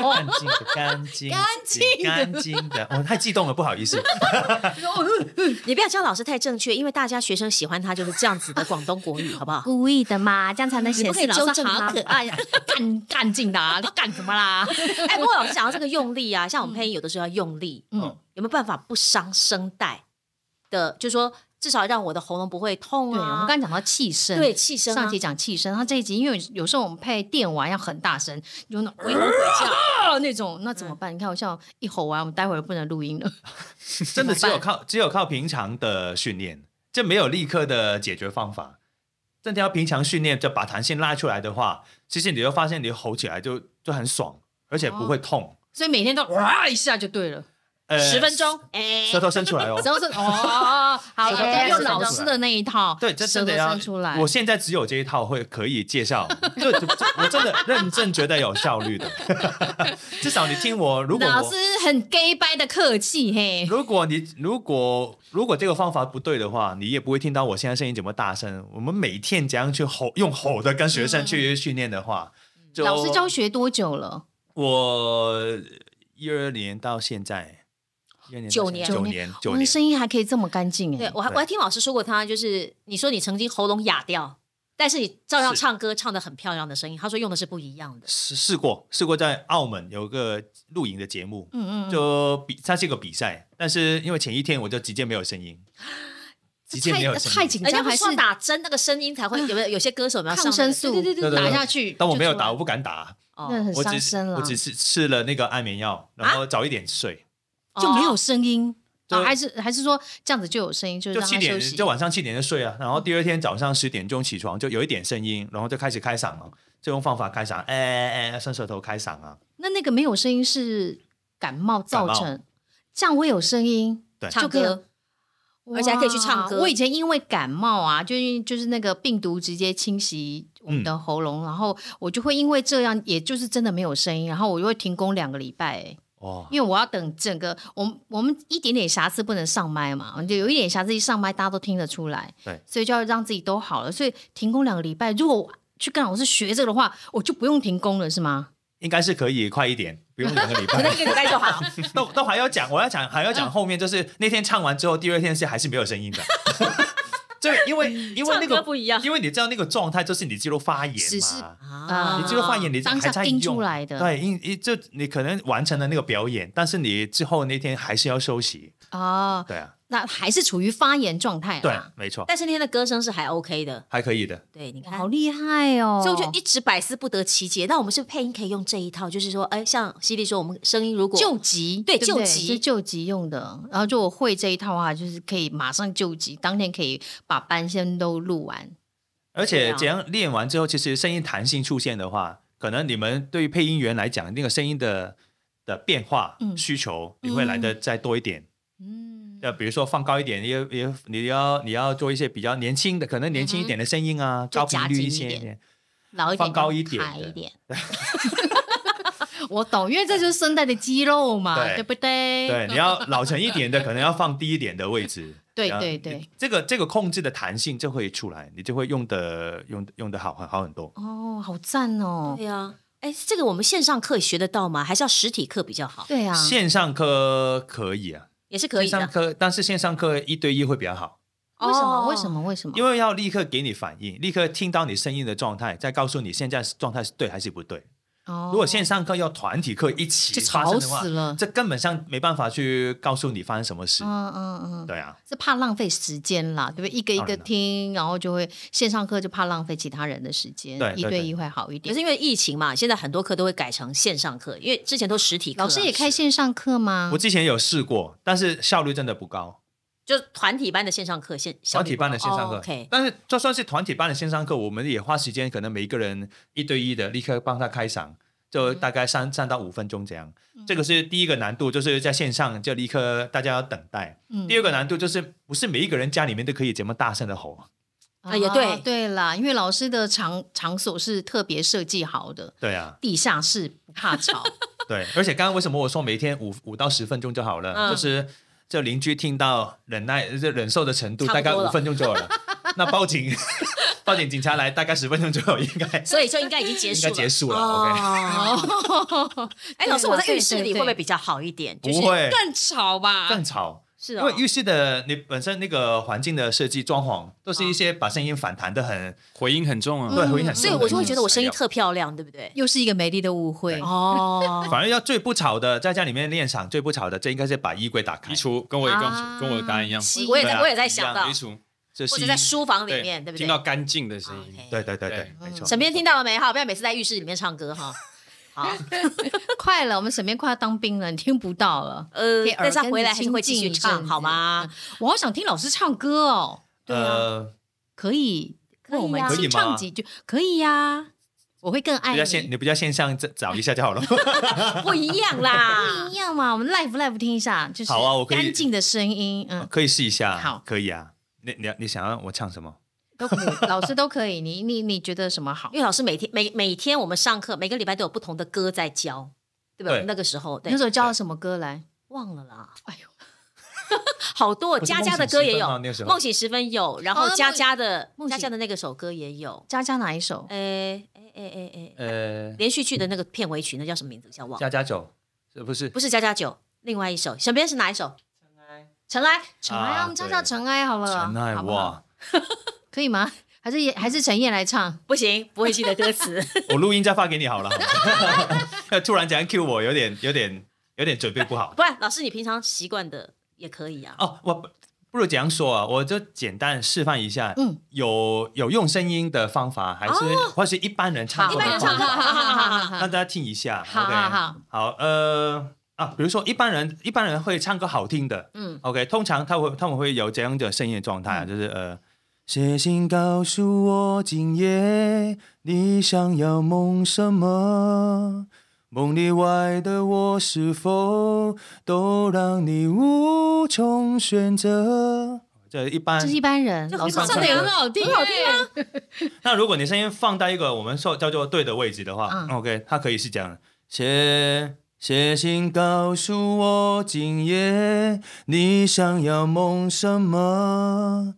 [SPEAKER 4] 干净的，干净
[SPEAKER 1] 干
[SPEAKER 4] 的，
[SPEAKER 1] 净的
[SPEAKER 4] 干净的。我、太激动了，不好意 思。
[SPEAKER 3] 你不要教老师太正确，因为大家学生喜欢他就是这样子的广东国语，好不好？
[SPEAKER 5] 故意的嘛，这样才能
[SPEAKER 1] 嗯你
[SPEAKER 5] 显
[SPEAKER 1] 不可以
[SPEAKER 5] 示
[SPEAKER 1] 老
[SPEAKER 5] 老
[SPEAKER 1] 是
[SPEAKER 5] 师
[SPEAKER 1] 好
[SPEAKER 5] 好
[SPEAKER 1] 可
[SPEAKER 5] 可
[SPEAKER 1] 爱，啊干干净的、啊，你干什么啦？
[SPEAKER 3] 哎，不过老师讲到这个用力啊，像我们配音有的时候要用力，
[SPEAKER 1] 嗯，
[SPEAKER 3] 有没有办法不伤声带的？就说至少让我的喉咙不会痛
[SPEAKER 1] 对，
[SPEAKER 3] 啊。
[SPEAKER 1] 我们刚才讲到气声，
[SPEAKER 3] 对气声啊
[SPEAKER 1] 上集讲气声，他这一集因为有时候我们配电玩要很大声，有那种鬼吼鬼叫那种，那怎么办？你看我像一吼完，我们待会儿不能录音了。
[SPEAKER 4] 真的只有靠只有靠平常的训练，这没有立刻的解决方法。真的要平常训练，就把弹性拉出来的话，其实你就
[SPEAKER 1] 哦
[SPEAKER 4] 发现你吼起来就就很爽，而且不会痛。
[SPEAKER 1] 所以每天都哇一下就对了。
[SPEAKER 4] 呃
[SPEAKER 3] 十分钟，哎，
[SPEAKER 4] 舌头伸 出来哦。
[SPEAKER 1] 舌头伸哦，好，
[SPEAKER 5] 舌头
[SPEAKER 1] 要用
[SPEAKER 5] 伸
[SPEAKER 1] 老
[SPEAKER 5] 出
[SPEAKER 1] 师
[SPEAKER 4] 来
[SPEAKER 1] 的那一套，
[SPEAKER 4] 对，这
[SPEAKER 1] 舌
[SPEAKER 4] 真
[SPEAKER 1] 头
[SPEAKER 4] 的要
[SPEAKER 1] 伸出来。
[SPEAKER 4] 我现在只有这一套会可以介绍， 对，就就我真的认真觉得有效率的。 至少你听我，如果
[SPEAKER 1] 老
[SPEAKER 4] 我
[SPEAKER 1] 师很 gay 掰的客气 嘿，
[SPEAKER 4] 如果你如果如果这个方法不对的话，你也不会听到我现在声音怎么大声。我们每天怎样去吼，用吼的跟学生去训练的话，
[SPEAKER 1] 嗯
[SPEAKER 4] 就
[SPEAKER 1] 老师教学多久了？
[SPEAKER 4] 我一二年到现在，12到
[SPEAKER 3] 九
[SPEAKER 4] 现在
[SPEAKER 3] 年
[SPEAKER 4] 九年九
[SPEAKER 1] 哇，
[SPEAKER 4] 年
[SPEAKER 1] 你，哦声音还可以这么干净
[SPEAKER 3] 对
[SPEAKER 1] 哎，
[SPEAKER 3] 我还我还听老师说过他，就是你说你曾经喉咙哑掉，但是你照样
[SPEAKER 4] 是
[SPEAKER 3] 唱歌唱的很漂亮的声音。他说用的是不一样的，
[SPEAKER 4] 试试过试过在澳门有个录影的节目，
[SPEAKER 1] 嗯嗯嗯，
[SPEAKER 4] 就比它是一个比赛，但是因为前一天我就直接没有声音，直接没有
[SPEAKER 1] 太
[SPEAKER 4] 声音，
[SPEAKER 1] 太紧
[SPEAKER 3] 人家
[SPEAKER 1] 张
[SPEAKER 3] 不
[SPEAKER 1] 还
[SPEAKER 3] 是
[SPEAKER 1] 是啊
[SPEAKER 3] 说打针那个声音才会有没有有些歌手有没有上
[SPEAKER 1] 抗生
[SPEAKER 3] 那个
[SPEAKER 1] 素
[SPEAKER 3] 对对对
[SPEAKER 4] 对对对
[SPEAKER 1] 打下去，
[SPEAKER 4] 但我没有打，
[SPEAKER 1] 就
[SPEAKER 4] 我不敢打，
[SPEAKER 1] 出来，那
[SPEAKER 3] 哦，
[SPEAKER 1] 很
[SPEAKER 4] 我
[SPEAKER 1] 伤
[SPEAKER 4] 只是
[SPEAKER 1] 身了啊
[SPEAKER 4] 我，只是吃了那个安眠药，然后早一点睡，
[SPEAKER 1] 就没有声音。
[SPEAKER 4] 就
[SPEAKER 1] 啊、还是还是说这样子就有声音，就是
[SPEAKER 4] 就
[SPEAKER 1] 让
[SPEAKER 4] 七
[SPEAKER 1] 他休
[SPEAKER 4] 点
[SPEAKER 1] 息。
[SPEAKER 4] 就晚上七点就睡啊，然后第二天早上十点钟起床就有一点声音，然后就开始开嗓了，就用方法开嗓，哎哎哎，伸舌头开嗓啊，
[SPEAKER 1] 那那个没有声音是感冒造
[SPEAKER 4] 感
[SPEAKER 1] 成，这样会有声音，
[SPEAKER 4] 对
[SPEAKER 1] 就
[SPEAKER 3] 唱
[SPEAKER 1] 可以
[SPEAKER 3] 歌，而且还可以去唱歌
[SPEAKER 1] 哇我以前因为感冒啊，就是就是那个病毒直接侵袭我们
[SPEAKER 4] 嗯
[SPEAKER 1] 的喉咙，然后我就会因为这样，也就是真的没有声音，然后我就会停工两个礼拜、欸
[SPEAKER 4] 哦，
[SPEAKER 1] 因为我要等整个我们我们一点点瑕疵不能上麦嘛，就有一点瑕疵一上麦大家都听得出来，
[SPEAKER 4] 对
[SPEAKER 1] 所以就要让自己都好了，所以停工两个礼拜，如果我去跟老师学这个的话，我就不用停工了，是吗？
[SPEAKER 4] 应该是可以快一点，不用两个礼
[SPEAKER 3] 可能
[SPEAKER 4] 拜
[SPEAKER 3] 一。个礼拜就好。啊
[SPEAKER 4] 那那还要讲，我要讲还要
[SPEAKER 1] 嗯
[SPEAKER 4] 讲后面，就是那天唱完之后，第二天是还是没有声 音的。对，因为
[SPEAKER 1] 嗯
[SPEAKER 4] 因为那
[SPEAKER 3] 唱歌
[SPEAKER 4] 个
[SPEAKER 3] 不一样
[SPEAKER 4] 因为你知道那个状态就是你肌肉发炎
[SPEAKER 1] 是是
[SPEAKER 4] 嘛，
[SPEAKER 1] 啊
[SPEAKER 4] 你肌肉发炎你
[SPEAKER 1] 当下
[SPEAKER 4] 还在
[SPEAKER 1] 印
[SPEAKER 4] 用
[SPEAKER 1] 出来的
[SPEAKER 4] 对，因因就你可能完成了那个表演，但是你之后那天还是要休息，
[SPEAKER 1] 哦，
[SPEAKER 4] 对啊，
[SPEAKER 1] 那还是处于发炎状态啊
[SPEAKER 4] 对啊
[SPEAKER 1] 啦，，
[SPEAKER 4] 没错，
[SPEAKER 3] 但是那天的歌声是还 OK 的，
[SPEAKER 4] 还可以的，
[SPEAKER 3] 对，你看
[SPEAKER 1] 好。厉害哦！
[SPEAKER 3] 所以我就一直百思不得其解。那我们是不是配音可以用这一套，就是说，哎，像犀利说，我们声音如果
[SPEAKER 1] 救急，
[SPEAKER 3] 对
[SPEAKER 1] 不
[SPEAKER 3] 救急
[SPEAKER 1] 是救急用的。然后就我会这一套的话，就是可以马上救急，当天可以把班先都录完。
[SPEAKER 4] 而
[SPEAKER 3] 对
[SPEAKER 4] 且
[SPEAKER 3] 啊
[SPEAKER 4] 这样练完之后，其实声音弹性出现的话，可能你们对于配音员来讲，那个声音的的变化
[SPEAKER 1] 嗯
[SPEAKER 4] 需求，你会来的再多一点。
[SPEAKER 1] 嗯，
[SPEAKER 4] 呃，比如说放高一点，也也你要你要做一些比较年轻的，可能年轻一点的声音啊，
[SPEAKER 1] 嗯就
[SPEAKER 4] 高频
[SPEAKER 1] 夹
[SPEAKER 4] 率
[SPEAKER 1] 紧
[SPEAKER 4] 一
[SPEAKER 1] 一
[SPEAKER 4] 些
[SPEAKER 1] 点老一点，
[SPEAKER 4] 放高一点
[SPEAKER 1] 抬
[SPEAKER 4] 的
[SPEAKER 1] 一点。我懂，因为这就是声带的肌肉嘛，
[SPEAKER 4] 对
[SPEAKER 1] 对不对？
[SPEAKER 4] 对，你要老成一点的，可能要放低一点的位置。
[SPEAKER 1] 对
[SPEAKER 4] 然后
[SPEAKER 1] 对对，
[SPEAKER 4] 这个这个控制的弹性就会出来，你就会用的用得用的好很好很多。
[SPEAKER 1] 哦，好赞哦！
[SPEAKER 3] 对呀，哎，这个我们线上课也学得到吗？还是要实体课比较好？
[SPEAKER 1] 对啊，
[SPEAKER 4] 线上课可以啊，
[SPEAKER 3] 也是可
[SPEAKER 4] 线
[SPEAKER 3] 以的
[SPEAKER 4] 上。课，但是线上课一对一会比较好，
[SPEAKER 1] 为什么？
[SPEAKER 3] 哦
[SPEAKER 1] 为什么？为什么？
[SPEAKER 4] 因为要立刻给你反应，立刻听到你声音的状态，再告诉你现在状态是对还是不对。
[SPEAKER 1] 哦
[SPEAKER 4] 如果线上课要团体课一起
[SPEAKER 1] 就
[SPEAKER 4] 发生
[SPEAKER 1] 吵
[SPEAKER 4] 的话
[SPEAKER 1] 死，了。
[SPEAKER 4] 这根本上没办法去告诉你发生什么事。
[SPEAKER 1] 嗯嗯嗯，
[SPEAKER 4] 对啊，
[SPEAKER 1] 是怕浪费时间啦，对不对？一个一
[SPEAKER 4] 当
[SPEAKER 1] 个
[SPEAKER 4] 然了
[SPEAKER 1] 听，然后就会线上课就怕浪费其他人的时间，
[SPEAKER 4] 对对
[SPEAKER 1] 一对
[SPEAKER 4] 对
[SPEAKER 1] 一会好一
[SPEAKER 3] 也
[SPEAKER 1] 点
[SPEAKER 3] 是。因为疫情嘛，现在很多课都会改成线上课，因为之前都实体课啊，
[SPEAKER 1] 老师也开线上课吗
[SPEAKER 4] 我？之前有试过，但是效率真的不高。
[SPEAKER 3] 就团体班的线上课，线
[SPEAKER 4] 团体班的线
[SPEAKER 1] 哦
[SPEAKER 4] 上课，
[SPEAKER 3] o k
[SPEAKER 4] 但是就算是团体班的线上课，我们也花时间，可能每一个人一对一的立刻帮他开嗓，就
[SPEAKER 1] 嗯
[SPEAKER 4] 大概三三到五分钟这样。这个是第一个难度，就是在线上就立刻大家要等待。
[SPEAKER 1] 嗯
[SPEAKER 4] 第二个难度就是不是每一个人家里面都可以这么大声的吼。
[SPEAKER 1] 啊
[SPEAKER 3] 哎也对
[SPEAKER 1] 对啦，因为老师的场场所是特别设计好的，
[SPEAKER 4] 对啊，
[SPEAKER 1] 地下室不怕吵。
[SPEAKER 4] 对，而且刚刚为什么我说每天五五到十分钟就好了？
[SPEAKER 3] 嗯
[SPEAKER 4] 就是这邻居听到忍耐、这忍受的程度，
[SPEAKER 3] 差
[SPEAKER 4] 大
[SPEAKER 3] 不多
[SPEAKER 4] 概
[SPEAKER 3] 了
[SPEAKER 4] 五分钟就 有了。那报警， 报警，警察来，大概十分钟就有，应该
[SPEAKER 3] 所以就应该已经结
[SPEAKER 4] 应
[SPEAKER 3] 束了，
[SPEAKER 4] 该结束了。OK，
[SPEAKER 3] 哦， 哎，老师，
[SPEAKER 1] 对
[SPEAKER 3] 我
[SPEAKER 1] 啦
[SPEAKER 3] 在浴室里
[SPEAKER 1] 对对
[SPEAKER 3] 会不会比较好一点？就是
[SPEAKER 4] 不会
[SPEAKER 3] 更吵吧？
[SPEAKER 4] 更吵。
[SPEAKER 3] 是
[SPEAKER 4] 因
[SPEAKER 3] 哦
[SPEAKER 4] 为，浴室的你本身那个环境的设计、装潢，都是一些把声音反弹的很，
[SPEAKER 6] 回音很重啊。
[SPEAKER 4] 对，回音很
[SPEAKER 3] 嗯
[SPEAKER 4] 重
[SPEAKER 3] 所
[SPEAKER 4] 的
[SPEAKER 3] 以我就会
[SPEAKER 4] 一些
[SPEAKER 3] 觉得我声音
[SPEAKER 4] 材料
[SPEAKER 3] 特漂亮，对不 对？
[SPEAKER 1] 又是一个美丽的误会。
[SPEAKER 3] 哦，
[SPEAKER 4] 反而要最不吵的，在家里面练嗓最不吵的，这应该是把衣柜打开
[SPEAKER 6] 衣，橱跟我一
[SPEAKER 1] 啊
[SPEAKER 6] 样，跟我的答案一样，
[SPEAKER 1] 是
[SPEAKER 3] 我也
[SPEAKER 4] 对
[SPEAKER 3] 在，
[SPEAKER 4] 啊
[SPEAKER 3] 我也在想到
[SPEAKER 6] 衣，橱
[SPEAKER 4] 这
[SPEAKER 3] 或
[SPEAKER 4] 是
[SPEAKER 3] 者
[SPEAKER 4] 一
[SPEAKER 3] 在书房里面，对
[SPEAKER 6] 对
[SPEAKER 3] 不
[SPEAKER 6] 听
[SPEAKER 3] 对？
[SPEAKER 6] 到干净的声音。
[SPEAKER 3] OK
[SPEAKER 4] 对对对哦对
[SPEAKER 6] 对，
[SPEAKER 4] 没错。
[SPEAKER 3] 沈边听到了没？哈，不要每次在浴室里面唱歌哈。好，
[SPEAKER 1] 快了，我们沈边快要当兵了，你听不到了。
[SPEAKER 3] 呃
[SPEAKER 1] 给，耳
[SPEAKER 3] 但是他
[SPEAKER 1] 根
[SPEAKER 3] 回来
[SPEAKER 1] 子
[SPEAKER 3] 还是会
[SPEAKER 1] 清
[SPEAKER 3] 继续
[SPEAKER 1] 静一
[SPEAKER 3] 唱，
[SPEAKER 1] 阵
[SPEAKER 3] 好
[SPEAKER 1] 子
[SPEAKER 3] 吗？
[SPEAKER 1] 我好想听老师唱歌哦，
[SPEAKER 4] 呃，
[SPEAKER 1] 可以啊
[SPEAKER 3] 可以
[SPEAKER 1] 为我们
[SPEAKER 3] 呀
[SPEAKER 1] 清唱几句，可以呀。啊我会更爱
[SPEAKER 4] 比较线，
[SPEAKER 1] 你。
[SPEAKER 4] 你比较线上找找一下就 好了。
[SPEAKER 3] 不一样啦
[SPEAKER 1] 不。一样嘛，我们 live live 听一下，就是
[SPEAKER 4] 好啊我可以
[SPEAKER 1] 干净的声音， 嗯，
[SPEAKER 4] 可以试一下，
[SPEAKER 1] 好
[SPEAKER 4] 可以啊。你你你想要我唱什么？
[SPEAKER 1] 都可以，老师都可以。你你你觉得什么好
[SPEAKER 3] 因？为老师每天每每天我们上课，每个礼拜都有不同的歌在教，对吧？
[SPEAKER 4] 对
[SPEAKER 3] 那个时候，对
[SPEAKER 1] 那，时候教了什么歌来？
[SPEAKER 3] 忘了啦。
[SPEAKER 1] 哎呦，
[SPEAKER 3] 好多
[SPEAKER 4] 不是
[SPEAKER 3] 佳佳的
[SPEAKER 4] 梦醒
[SPEAKER 3] 歌
[SPEAKER 4] 时
[SPEAKER 3] 也
[SPEAKER 4] 分
[SPEAKER 3] 有
[SPEAKER 4] 吗那时，候
[SPEAKER 3] 梦醒时分有，然
[SPEAKER 1] 哦
[SPEAKER 3] 后
[SPEAKER 1] 那
[SPEAKER 3] 佳
[SPEAKER 1] 梦
[SPEAKER 3] 佳的
[SPEAKER 1] 梦
[SPEAKER 3] 佳
[SPEAKER 1] 醒
[SPEAKER 3] 佳的那个首歌也有，
[SPEAKER 1] 佳佳哪一
[SPEAKER 4] 啊
[SPEAKER 1] 首？
[SPEAKER 3] 诶诶诶诶诶，
[SPEAKER 4] 呃，
[SPEAKER 3] 连续剧的那个片尾曲，那叫什么名字？叫忘了，
[SPEAKER 4] 加加酒是不是？
[SPEAKER 3] 不是佳佳九，另外一首，身边是哪一首？尘埃，
[SPEAKER 1] 尘埃啊，
[SPEAKER 4] 啊
[SPEAKER 1] 我们唱唱
[SPEAKER 4] 对
[SPEAKER 1] 尘埃好了，
[SPEAKER 4] 陈爱
[SPEAKER 1] 啊好不好
[SPEAKER 4] 哇，嗯
[SPEAKER 1] 可以吗？还是也还是陈燕来唱？
[SPEAKER 3] 不行，不会记得歌词。
[SPEAKER 4] 我录音再发给你好了。 突然间 Q 我，有点有点有点准备不好。
[SPEAKER 3] 不然，老师你平常习惯的也可以啊。
[SPEAKER 4] 哦，我不不如这样说啊，我就简单示范一下，
[SPEAKER 1] 嗯，
[SPEAKER 4] 有有用声音的方法，还是、或是一般人唱
[SPEAKER 1] 好
[SPEAKER 4] 歌
[SPEAKER 3] 一
[SPEAKER 4] 的
[SPEAKER 3] 般人
[SPEAKER 4] 方
[SPEAKER 3] 唱
[SPEAKER 4] 法
[SPEAKER 3] 歌
[SPEAKER 1] 好好好好
[SPEAKER 4] 让
[SPEAKER 1] 好
[SPEAKER 4] 大家听一下。
[SPEAKER 1] 好
[SPEAKER 4] OK
[SPEAKER 1] 好好
[SPEAKER 4] 好，呃啊，比如说一般人一般人会唱歌好听的，嗯，OK，通常他会他们会有这样的声音的状态啊，就是
[SPEAKER 1] 嗯
[SPEAKER 4] 呃。写信告诉我，今夜你想要梦什么？梦里外的我是否都让你无从选择？这一般
[SPEAKER 1] 这是一般人，
[SPEAKER 3] 就
[SPEAKER 1] 老师
[SPEAKER 4] 很好
[SPEAKER 1] 唱的也
[SPEAKER 4] 听啊
[SPEAKER 1] 很好听，很好听啊！
[SPEAKER 4] 那如果你声音放到一个我们说叫做对的位置的话、
[SPEAKER 1] 嗯
[SPEAKER 4] o k 它可以是这样的：写写信告诉我今夜你想要梦什么？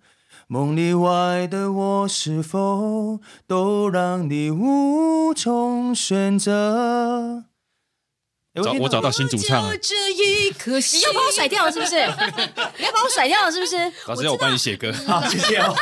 [SPEAKER 4] 梦里外的我是否都让你无从选择？诶
[SPEAKER 6] 找
[SPEAKER 4] 听
[SPEAKER 6] 我找到新主唱啊
[SPEAKER 3] 哦
[SPEAKER 6] 了，
[SPEAKER 1] 这一颗心
[SPEAKER 3] 你又把我甩掉了是不是？你要把我甩掉了是不 是？
[SPEAKER 6] 老师要我帮你写歌，
[SPEAKER 4] 好，谢谢哦。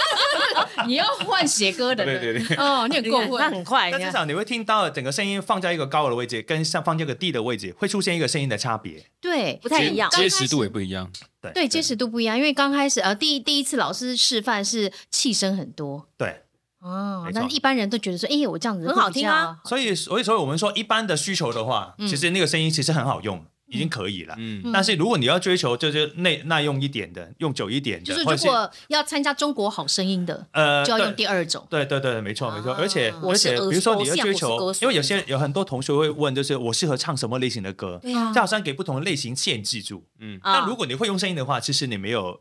[SPEAKER 1] 你要换写歌的，
[SPEAKER 4] 对对对
[SPEAKER 1] 哦，你很过
[SPEAKER 3] 那
[SPEAKER 1] 分，
[SPEAKER 3] 很快，
[SPEAKER 4] 但
[SPEAKER 3] 你
[SPEAKER 4] 至
[SPEAKER 3] 看
[SPEAKER 4] 少你会听到整个声音放在一个高的位置，跟上放在一个低的位置，会出现一个声音的差别。
[SPEAKER 1] 对
[SPEAKER 3] 不太一样。
[SPEAKER 6] 结实度也不一样。
[SPEAKER 4] 对
[SPEAKER 1] 对，结实度不一样，因为刚开始呃，第一第一次老师示范是气声很多
[SPEAKER 4] 对。
[SPEAKER 1] 哦，
[SPEAKER 4] 没错
[SPEAKER 1] 那一般人都觉得说，哎，我这样子
[SPEAKER 3] 很
[SPEAKER 1] 会
[SPEAKER 3] 好
[SPEAKER 1] 比
[SPEAKER 3] 听
[SPEAKER 1] 较
[SPEAKER 3] 啊，
[SPEAKER 4] 所以，所以，所以我们说一般的需求的话，
[SPEAKER 1] 嗯
[SPEAKER 4] 其实那个声音其实很好用，已经可以了。
[SPEAKER 6] 嗯，
[SPEAKER 4] 但是如果你要追求就是耐耐用一点的，用久一点
[SPEAKER 1] 就
[SPEAKER 4] 的，
[SPEAKER 1] 是
[SPEAKER 4] 或
[SPEAKER 1] 如
[SPEAKER 4] 者
[SPEAKER 1] 果要参加中国好声音的，
[SPEAKER 4] 呃，
[SPEAKER 1] 就要用
[SPEAKER 4] 对
[SPEAKER 1] 第二种。
[SPEAKER 4] 对对对，没错没错。
[SPEAKER 3] 啊
[SPEAKER 4] 而且
[SPEAKER 3] 我
[SPEAKER 4] 而
[SPEAKER 3] 是
[SPEAKER 4] 且，
[SPEAKER 3] 偶
[SPEAKER 4] 比如说你
[SPEAKER 3] 偶像
[SPEAKER 1] 啊
[SPEAKER 4] 要追
[SPEAKER 3] 我是
[SPEAKER 4] 求
[SPEAKER 3] 歌，手
[SPEAKER 4] 因为有些有很多同学会问，就是我适合唱什么类型的歌，
[SPEAKER 1] 对啊
[SPEAKER 4] 就好像给不同的类型限制住。但
[SPEAKER 3] 啊
[SPEAKER 4] 如果你会用声音的话，其实你没有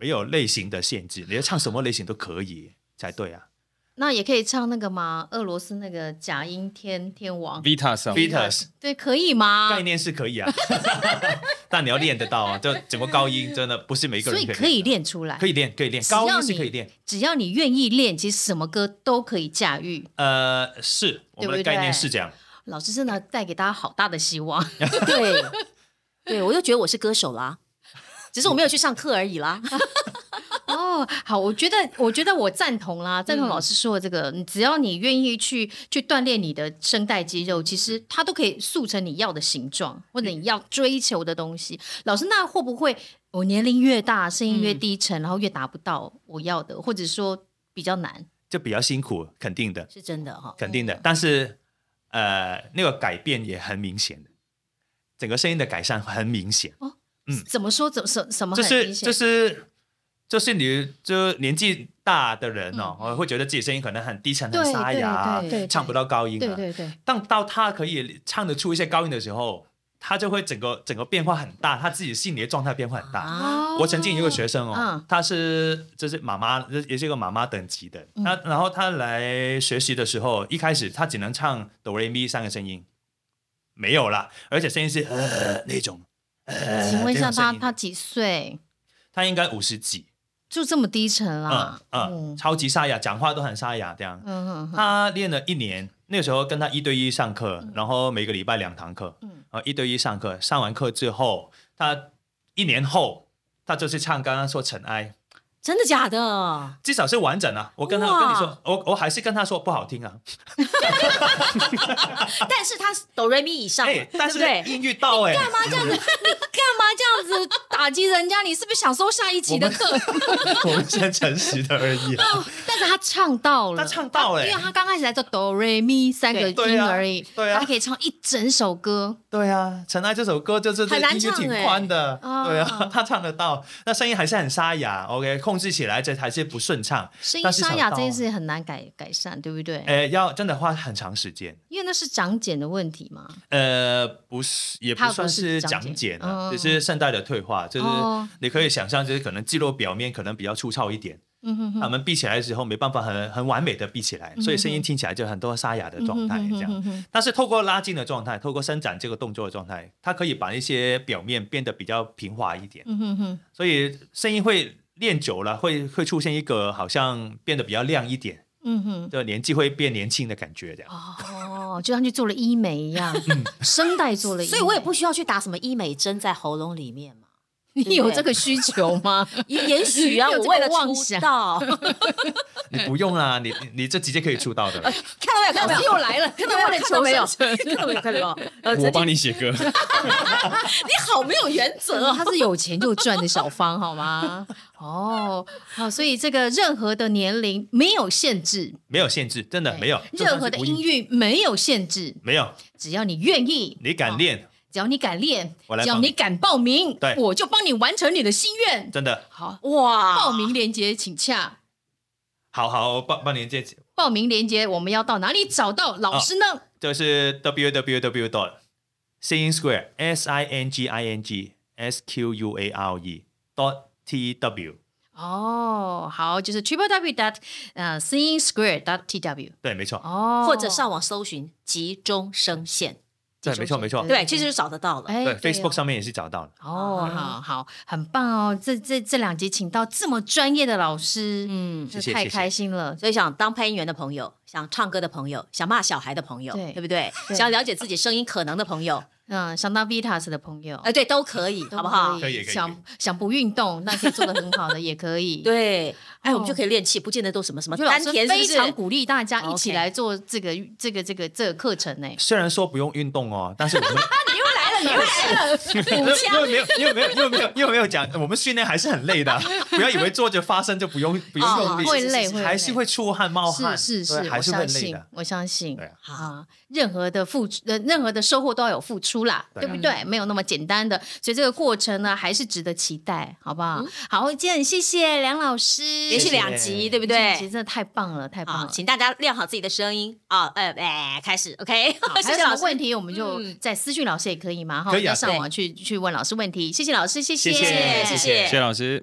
[SPEAKER 4] 没有类型的限制，你要唱什么类型都可以才对啊。
[SPEAKER 1] 那也可以唱那个吗？俄罗斯那个假音天天王，
[SPEAKER 6] Vita 上
[SPEAKER 4] Beatles
[SPEAKER 1] 对，可以吗？
[SPEAKER 4] 概念是可以啊， 但你要练得到啊，就整个高音真的不是每
[SPEAKER 1] 所
[SPEAKER 4] 个人
[SPEAKER 1] 以
[SPEAKER 4] 以
[SPEAKER 1] 可以练出来，
[SPEAKER 4] 可以练，可以练，
[SPEAKER 1] 只要
[SPEAKER 4] 高
[SPEAKER 1] 你
[SPEAKER 4] 音是可以练。
[SPEAKER 1] 只要你愿意练，其实什么歌都可以驾驭。
[SPEAKER 4] 呃，是我们
[SPEAKER 1] 对不
[SPEAKER 4] 的
[SPEAKER 1] 对
[SPEAKER 4] 概念是这样。
[SPEAKER 1] 老师真的带给大家好大的希望，
[SPEAKER 3] 对， 对我就觉得我是歌手啦，只是我没有去上课而已啦。
[SPEAKER 1] 哦，好，我觉得，我觉得我赞同啦，赞
[SPEAKER 3] 嗯
[SPEAKER 1] 同老师说的这个，你只要你愿意去去锻炼你的声带肌肉，其实它都可以塑成你要的形状，或
[SPEAKER 3] 嗯
[SPEAKER 1] 者你要追求的东西。老师，那会不会我年龄越大，声音
[SPEAKER 3] 嗯
[SPEAKER 1] 越低沉，然后越达不到我要的，或者说比较难？
[SPEAKER 4] 就比较辛苦，肯定的，
[SPEAKER 3] 是真的哈、
[SPEAKER 4] 肯定
[SPEAKER 1] 嗯
[SPEAKER 4] 的。但是呃，那个改变也很明显的，整个声音的改善很明显，嗯
[SPEAKER 1] 怎么说？怎什什么
[SPEAKER 4] 就
[SPEAKER 1] 很
[SPEAKER 4] 是
[SPEAKER 1] 明显？
[SPEAKER 4] 就是就是你就年纪大的人哦，会觉得自己声音可能很低沉、很
[SPEAKER 1] 嗯对
[SPEAKER 4] 沙哑啊
[SPEAKER 1] 对对对，
[SPEAKER 4] 唱不到高音
[SPEAKER 1] 对
[SPEAKER 4] 啊。
[SPEAKER 1] 对对，
[SPEAKER 4] 但到他可以唱得出一些高音的时候，他就会整个整个变化很大，他自己心里的状态变化很大。
[SPEAKER 3] 啊，
[SPEAKER 4] 我曾经有一个学生哦，
[SPEAKER 1] 嗯
[SPEAKER 4] 他是就是妈妈，就是也是一个妈妈等级的。
[SPEAKER 1] 嗯
[SPEAKER 4] 他然后他来学习的时候，一开始他只能唱哆来咪三个声音，没有啦，而且声音是呃那种。呃
[SPEAKER 1] 请问一下
[SPEAKER 4] 这
[SPEAKER 1] 他，
[SPEAKER 4] 种声音
[SPEAKER 1] 他几岁？
[SPEAKER 4] 他应该五十几，
[SPEAKER 1] 就这么低沉
[SPEAKER 4] 嗯
[SPEAKER 1] 啦？
[SPEAKER 4] 嗯，超级沙哑，讲话都很沙哑这样。
[SPEAKER 1] 嗯哼哼，
[SPEAKER 4] 他练了一年，那时候跟他一对一上
[SPEAKER 3] 嗯
[SPEAKER 4] 课，然后每个礼拜两堂课，
[SPEAKER 1] 嗯
[SPEAKER 4] 嗯，一对一上课，上完课之后，他一年后，他就是唱刚刚说《尘埃》，
[SPEAKER 3] 真的假的？
[SPEAKER 4] 至少是完整啊。我跟他
[SPEAKER 3] 哇
[SPEAKER 4] 跟你说，我我还是跟他说不好听啊。
[SPEAKER 3] 但是他是哆瑞咪以上了，
[SPEAKER 4] 哎，但是
[SPEAKER 3] 对不对？
[SPEAKER 4] 音域到 哎，
[SPEAKER 1] 干嘛这样子打击人家？你是不是想收下一期的课？
[SPEAKER 4] 我们先诚实的而已啊。
[SPEAKER 1] 但是他唱到了，
[SPEAKER 4] 他唱到了
[SPEAKER 1] 因为他刚开始在做哆瑞咪三个
[SPEAKER 4] 对
[SPEAKER 1] 音
[SPEAKER 4] 啊
[SPEAKER 1] 而已，
[SPEAKER 4] 对啊
[SPEAKER 1] 他可以唱一整首歌，
[SPEAKER 4] 对啊，《尘埃》这首歌就是这
[SPEAKER 3] 很难
[SPEAKER 4] 音域
[SPEAKER 3] 唱
[SPEAKER 4] 挺
[SPEAKER 3] 哎
[SPEAKER 4] 宽的，
[SPEAKER 1] 啊
[SPEAKER 4] 对啊，他唱得到，那声音还是很沙哑。OK，控控制起来，这还是不顺畅。
[SPEAKER 1] 声音
[SPEAKER 4] 但是
[SPEAKER 1] 沙
[SPEAKER 4] 想
[SPEAKER 1] 哑
[SPEAKER 4] 到
[SPEAKER 1] 这件事很难改改善，对不对？
[SPEAKER 3] 嗯
[SPEAKER 4] 呃，要真的花很长时间。
[SPEAKER 1] 因为那是长茧的问题嘛。
[SPEAKER 4] 呃，不是，也
[SPEAKER 1] 它
[SPEAKER 4] 不
[SPEAKER 1] 不
[SPEAKER 4] 算
[SPEAKER 1] 是
[SPEAKER 4] 是
[SPEAKER 1] 长
[SPEAKER 4] 长
[SPEAKER 1] 茧
[SPEAKER 4] 茧
[SPEAKER 1] 嗯
[SPEAKER 4] 啊，只是声带的退化，就是
[SPEAKER 1] 哦
[SPEAKER 4] 你可以想象，就是可能肌肉表面可能比较粗糙一点，
[SPEAKER 1] 嗯哼哼，
[SPEAKER 4] 它们闭起来的时候没办法很很完美的闭起来，所以声音听起来就很多沙哑的状态这样。
[SPEAKER 1] 样。
[SPEAKER 4] 但是透过拉筋的状态，透过伸展这个动作的状态，它可以把一些表面变得比较平滑一点，
[SPEAKER 1] 嗯哼哼，
[SPEAKER 4] 所以声音会练久了，会会出现一个好像变得比较亮一点，
[SPEAKER 1] 嗯哼。
[SPEAKER 4] 就年纪会变年轻的感觉这样。
[SPEAKER 1] 哦，就像去做了医美一样，
[SPEAKER 4] 嗯
[SPEAKER 1] 声带做了医美，
[SPEAKER 3] 所以我也不需要去打什么医美针在喉咙里面嘛。
[SPEAKER 1] 你有这个需求 吗？
[SPEAKER 3] 也也许 啊，
[SPEAKER 1] 你有
[SPEAKER 3] 我
[SPEAKER 1] 这个
[SPEAKER 3] 为了
[SPEAKER 1] 妄
[SPEAKER 3] 出
[SPEAKER 1] 想
[SPEAKER 3] 道，
[SPEAKER 4] 你不用啦，你你你这直接可以出道的了。
[SPEAKER 3] 看到没有？看到没有？
[SPEAKER 1] 又来了，看到为了求没有？
[SPEAKER 3] 看到没有？看到没有？呃，
[SPEAKER 6] 我
[SPEAKER 3] 陈
[SPEAKER 6] 帮你写歌，
[SPEAKER 3] 你好没有原则啊！
[SPEAKER 1] 他是有钱就赚的小芳，好吗？哦，好，所以这个任何的年龄没有限制，哎
[SPEAKER 4] 没有限制，真的没有。就算
[SPEAKER 1] 任
[SPEAKER 4] 是
[SPEAKER 1] 何的
[SPEAKER 4] 无
[SPEAKER 1] 音域没有限制，
[SPEAKER 4] 没有，
[SPEAKER 1] 只要你愿意，哦
[SPEAKER 4] 你敢练，
[SPEAKER 1] 只要你敢练
[SPEAKER 4] 我，来
[SPEAKER 1] 只要
[SPEAKER 4] 帮
[SPEAKER 1] 你
[SPEAKER 4] 你
[SPEAKER 1] 敢报名，
[SPEAKER 4] 对
[SPEAKER 1] 我就帮你完成你的心愿。
[SPEAKER 4] 真的
[SPEAKER 1] 好，
[SPEAKER 3] 哇，
[SPEAKER 1] 报名链接请洽。
[SPEAKER 4] 好好半半年见。
[SPEAKER 1] 报名链接我们要到哪里找到老师呢？
[SPEAKER 4] 就是 w w w dot singing square s i n g i n g s q u a r e dot t w
[SPEAKER 1] 哦，好，就是 triple w dot 呃 singing square dot t w
[SPEAKER 4] 对，没错，
[SPEAKER 1] 哦，
[SPEAKER 3] 或者上网搜寻集中声线，
[SPEAKER 4] 对，没错，没错
[SPEAKER 1] 对，
[SPEAKER 3] 对，其实就找得到了。
[SPEAKER 1] 哎
[SPEAKER 4] 对
[SPEAKER 1] 哦
[SPEAKER 4] ，Facebook 上面也是找到了。
[SPEAKER 1] 哦，
[SPEAKER 3] 嗯
[SPEAKER 1] 好好，很棒哦！这这这两集请到这么专业的老师，
[SPEAKER 3] 嗯，
[SPEAKER 1] 真的
[SPEAKER 4] 谢谢
[SPEAKER 1] 太
[SPEAKER 4] 谢谢
[SPEAKER 1] 开心了。
[SPEAKER 3] 所以想当配音员的朋友，想唱歌的朋友，想骂小孩的朋友，
[SPEAKER 1] 对
[SPEAKER 3] 对不对？
[SPEAKER 1] 对
[SPEAKER 3] 想了解自己声音可能的朋友，
[SPEAKER 1] 嗯，想当 Vitas 的朋友，
[SPEAKER 3] 哎，对，都可以，
[SPEAKER 1] 都
[SPEAKER 3] 好不好？
[SPEAKER 4] 可以可以可
[SPEAKER 1] 想想不运动，那可以做的很好的也可 以。，
[SPEAKER 3] 对，哎，我们
[SPEAKER 1] 哦
[SPEAKER 3] 就可以练气，不见得都什么什么
[SPEAKER 1] 我觉得老
[SPEAKER 3] 丹
[SPEAKER 1] 师
[SPEAKER 3] 田，是不
[SPEAKER 1] 非
[SPEAKER 3] 是
[SPEAKER 1] 常鼓励大家一起
[SPEAKER 3] OK
[SPEAKER 1] 来做这个这个这个这个课程呢。
[SPEAKER 4] 虽然说不用运动哦， 但是我
[SPEAKER 1] 啊
[SPEAKER 4] 们
[SPEAKER 3] 鼓
[SPEAKER 4] 因为没有，因为没有，因为没有，因为没有讲，我们训练还是很累的。啊不要以为坐着发声就不用不用
[SPEAKER 3] 哦
[SPEAKER 4] 用力，
[SPEAKER 1] 会累会累
[SPEAKER 4] 还是会出汗冒汗，
[SPEAKER 1] 是是
[SPEAKER 4] 哦对
[SPEAKER 1] 是，
[SPEAKER 4] 还
[SPEAKER 1] 我
[SPEAKER 4] 是会
[SPEAKER 1] 相
[SPEAKER 4] 累
[SPEAKER 1] 信
[SPEAKER 4] 的，。
[SPEAKER 1] 我相信
[SPEAKER 4] 对啊
[SPEAKER 1] 啊，任何的付出，呃，任何的收获都要有付出啦，
[SPEAKER 4] 对啊
[SPEAKER 1] 对不
[SPEAKER 5] 嗯
[SPEAKER 1] 对？没有那么简单的，所以这个过程呢，还是值得期待，好不好？
[SPEAKER 5] 嗯
[SPEAKER 1] 好，今天很谢谢梁老师，
[SPEAKER 3] 连续
[SPEAKER 4] 谢
[SPEAKER 3] 两集，嗯对不
[SPEAKER 5] 嗯
[SPEAKER 1] 其实
[SPEAKER 3] 对？
[SPEAKER 1] 真的太棒了，太棒
[SPEAKER 3] 好，
[SPEAKER 1] 了。
[SPEAKER 3] 请大家练好自己的声音啊！呃，哎，开始，OK，
[SPEAKER 1] 好还
[SPEAKER 3] 谢
[SPEAKER 1] 有
[SPEAKER 3] 谢
[SPEAKER 1] 什么
[SPEAKER 3] 老师。
[SPEAKER 1] 问题，我们就
[SPEAKER 3] 嗯
[SPEAKER 1] 在私讯老师也可以嘛，哈，
[SPEAKER 4] 可以啊
[SPEAKER 1] 再上网去去问老师问题。谢谢老师，谢谢，
[SPEAKER 4] 谢谢
[SPEAKER 3] 谢
[SPEAKER 6] 谢谢老师。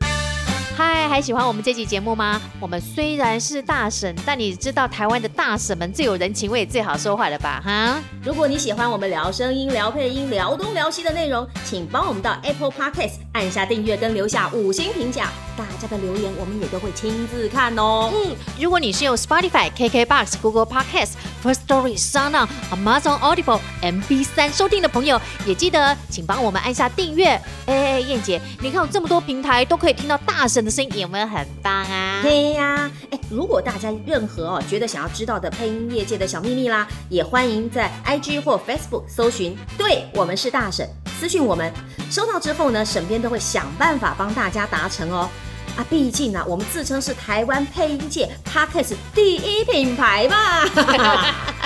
[SPEAKER 5] 嗨，还喜欢我们这期节目吗？我们虽然是大婶，但你知道台湾的大婶们最有人情味、最好说话了吧？哈。
[SPEAKER 3] 如果你喜欢我们聊声音、聊配音、聊东聊西的内容，请帮我们到 Apple Podcast 按下订阅跟留下五星评价，大家的留言我们也都会亲自看哦。
[SPEAKER 5] 如果你是用 Spotify、KKBox、Google Podcast、First Story、Sound On、Amazon Audible、MB 三收听的朋友，也记得请帮我们按下订阅。哎哎，燕姐，你看有这么多平台都可以听到大神的声音，有没有很棒啊？
[SPEAKER 3] 对呀、哎，如果大家任何哦觉得想要知道的配音业界的小秘密啦，也欢迎在 IG 或 Facebook 搜寻“对我们是大婶”，私讯我们。收到之后呢，沈编都会想办法帮大家达成哦。啊，毕竟呢、我们自称是台湾配音界 Podcast 第一品牌 嘛。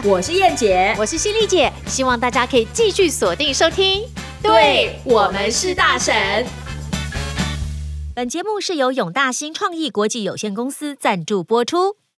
[SPEAKER 3] 我是燕姐，
[SPEAKER 5] 我是犀利姐，希望大家可以继续锁定收听。
[SPEAKER 3] 对我们是大婶。本节目是由永大新创意国际有限公司赞助播出。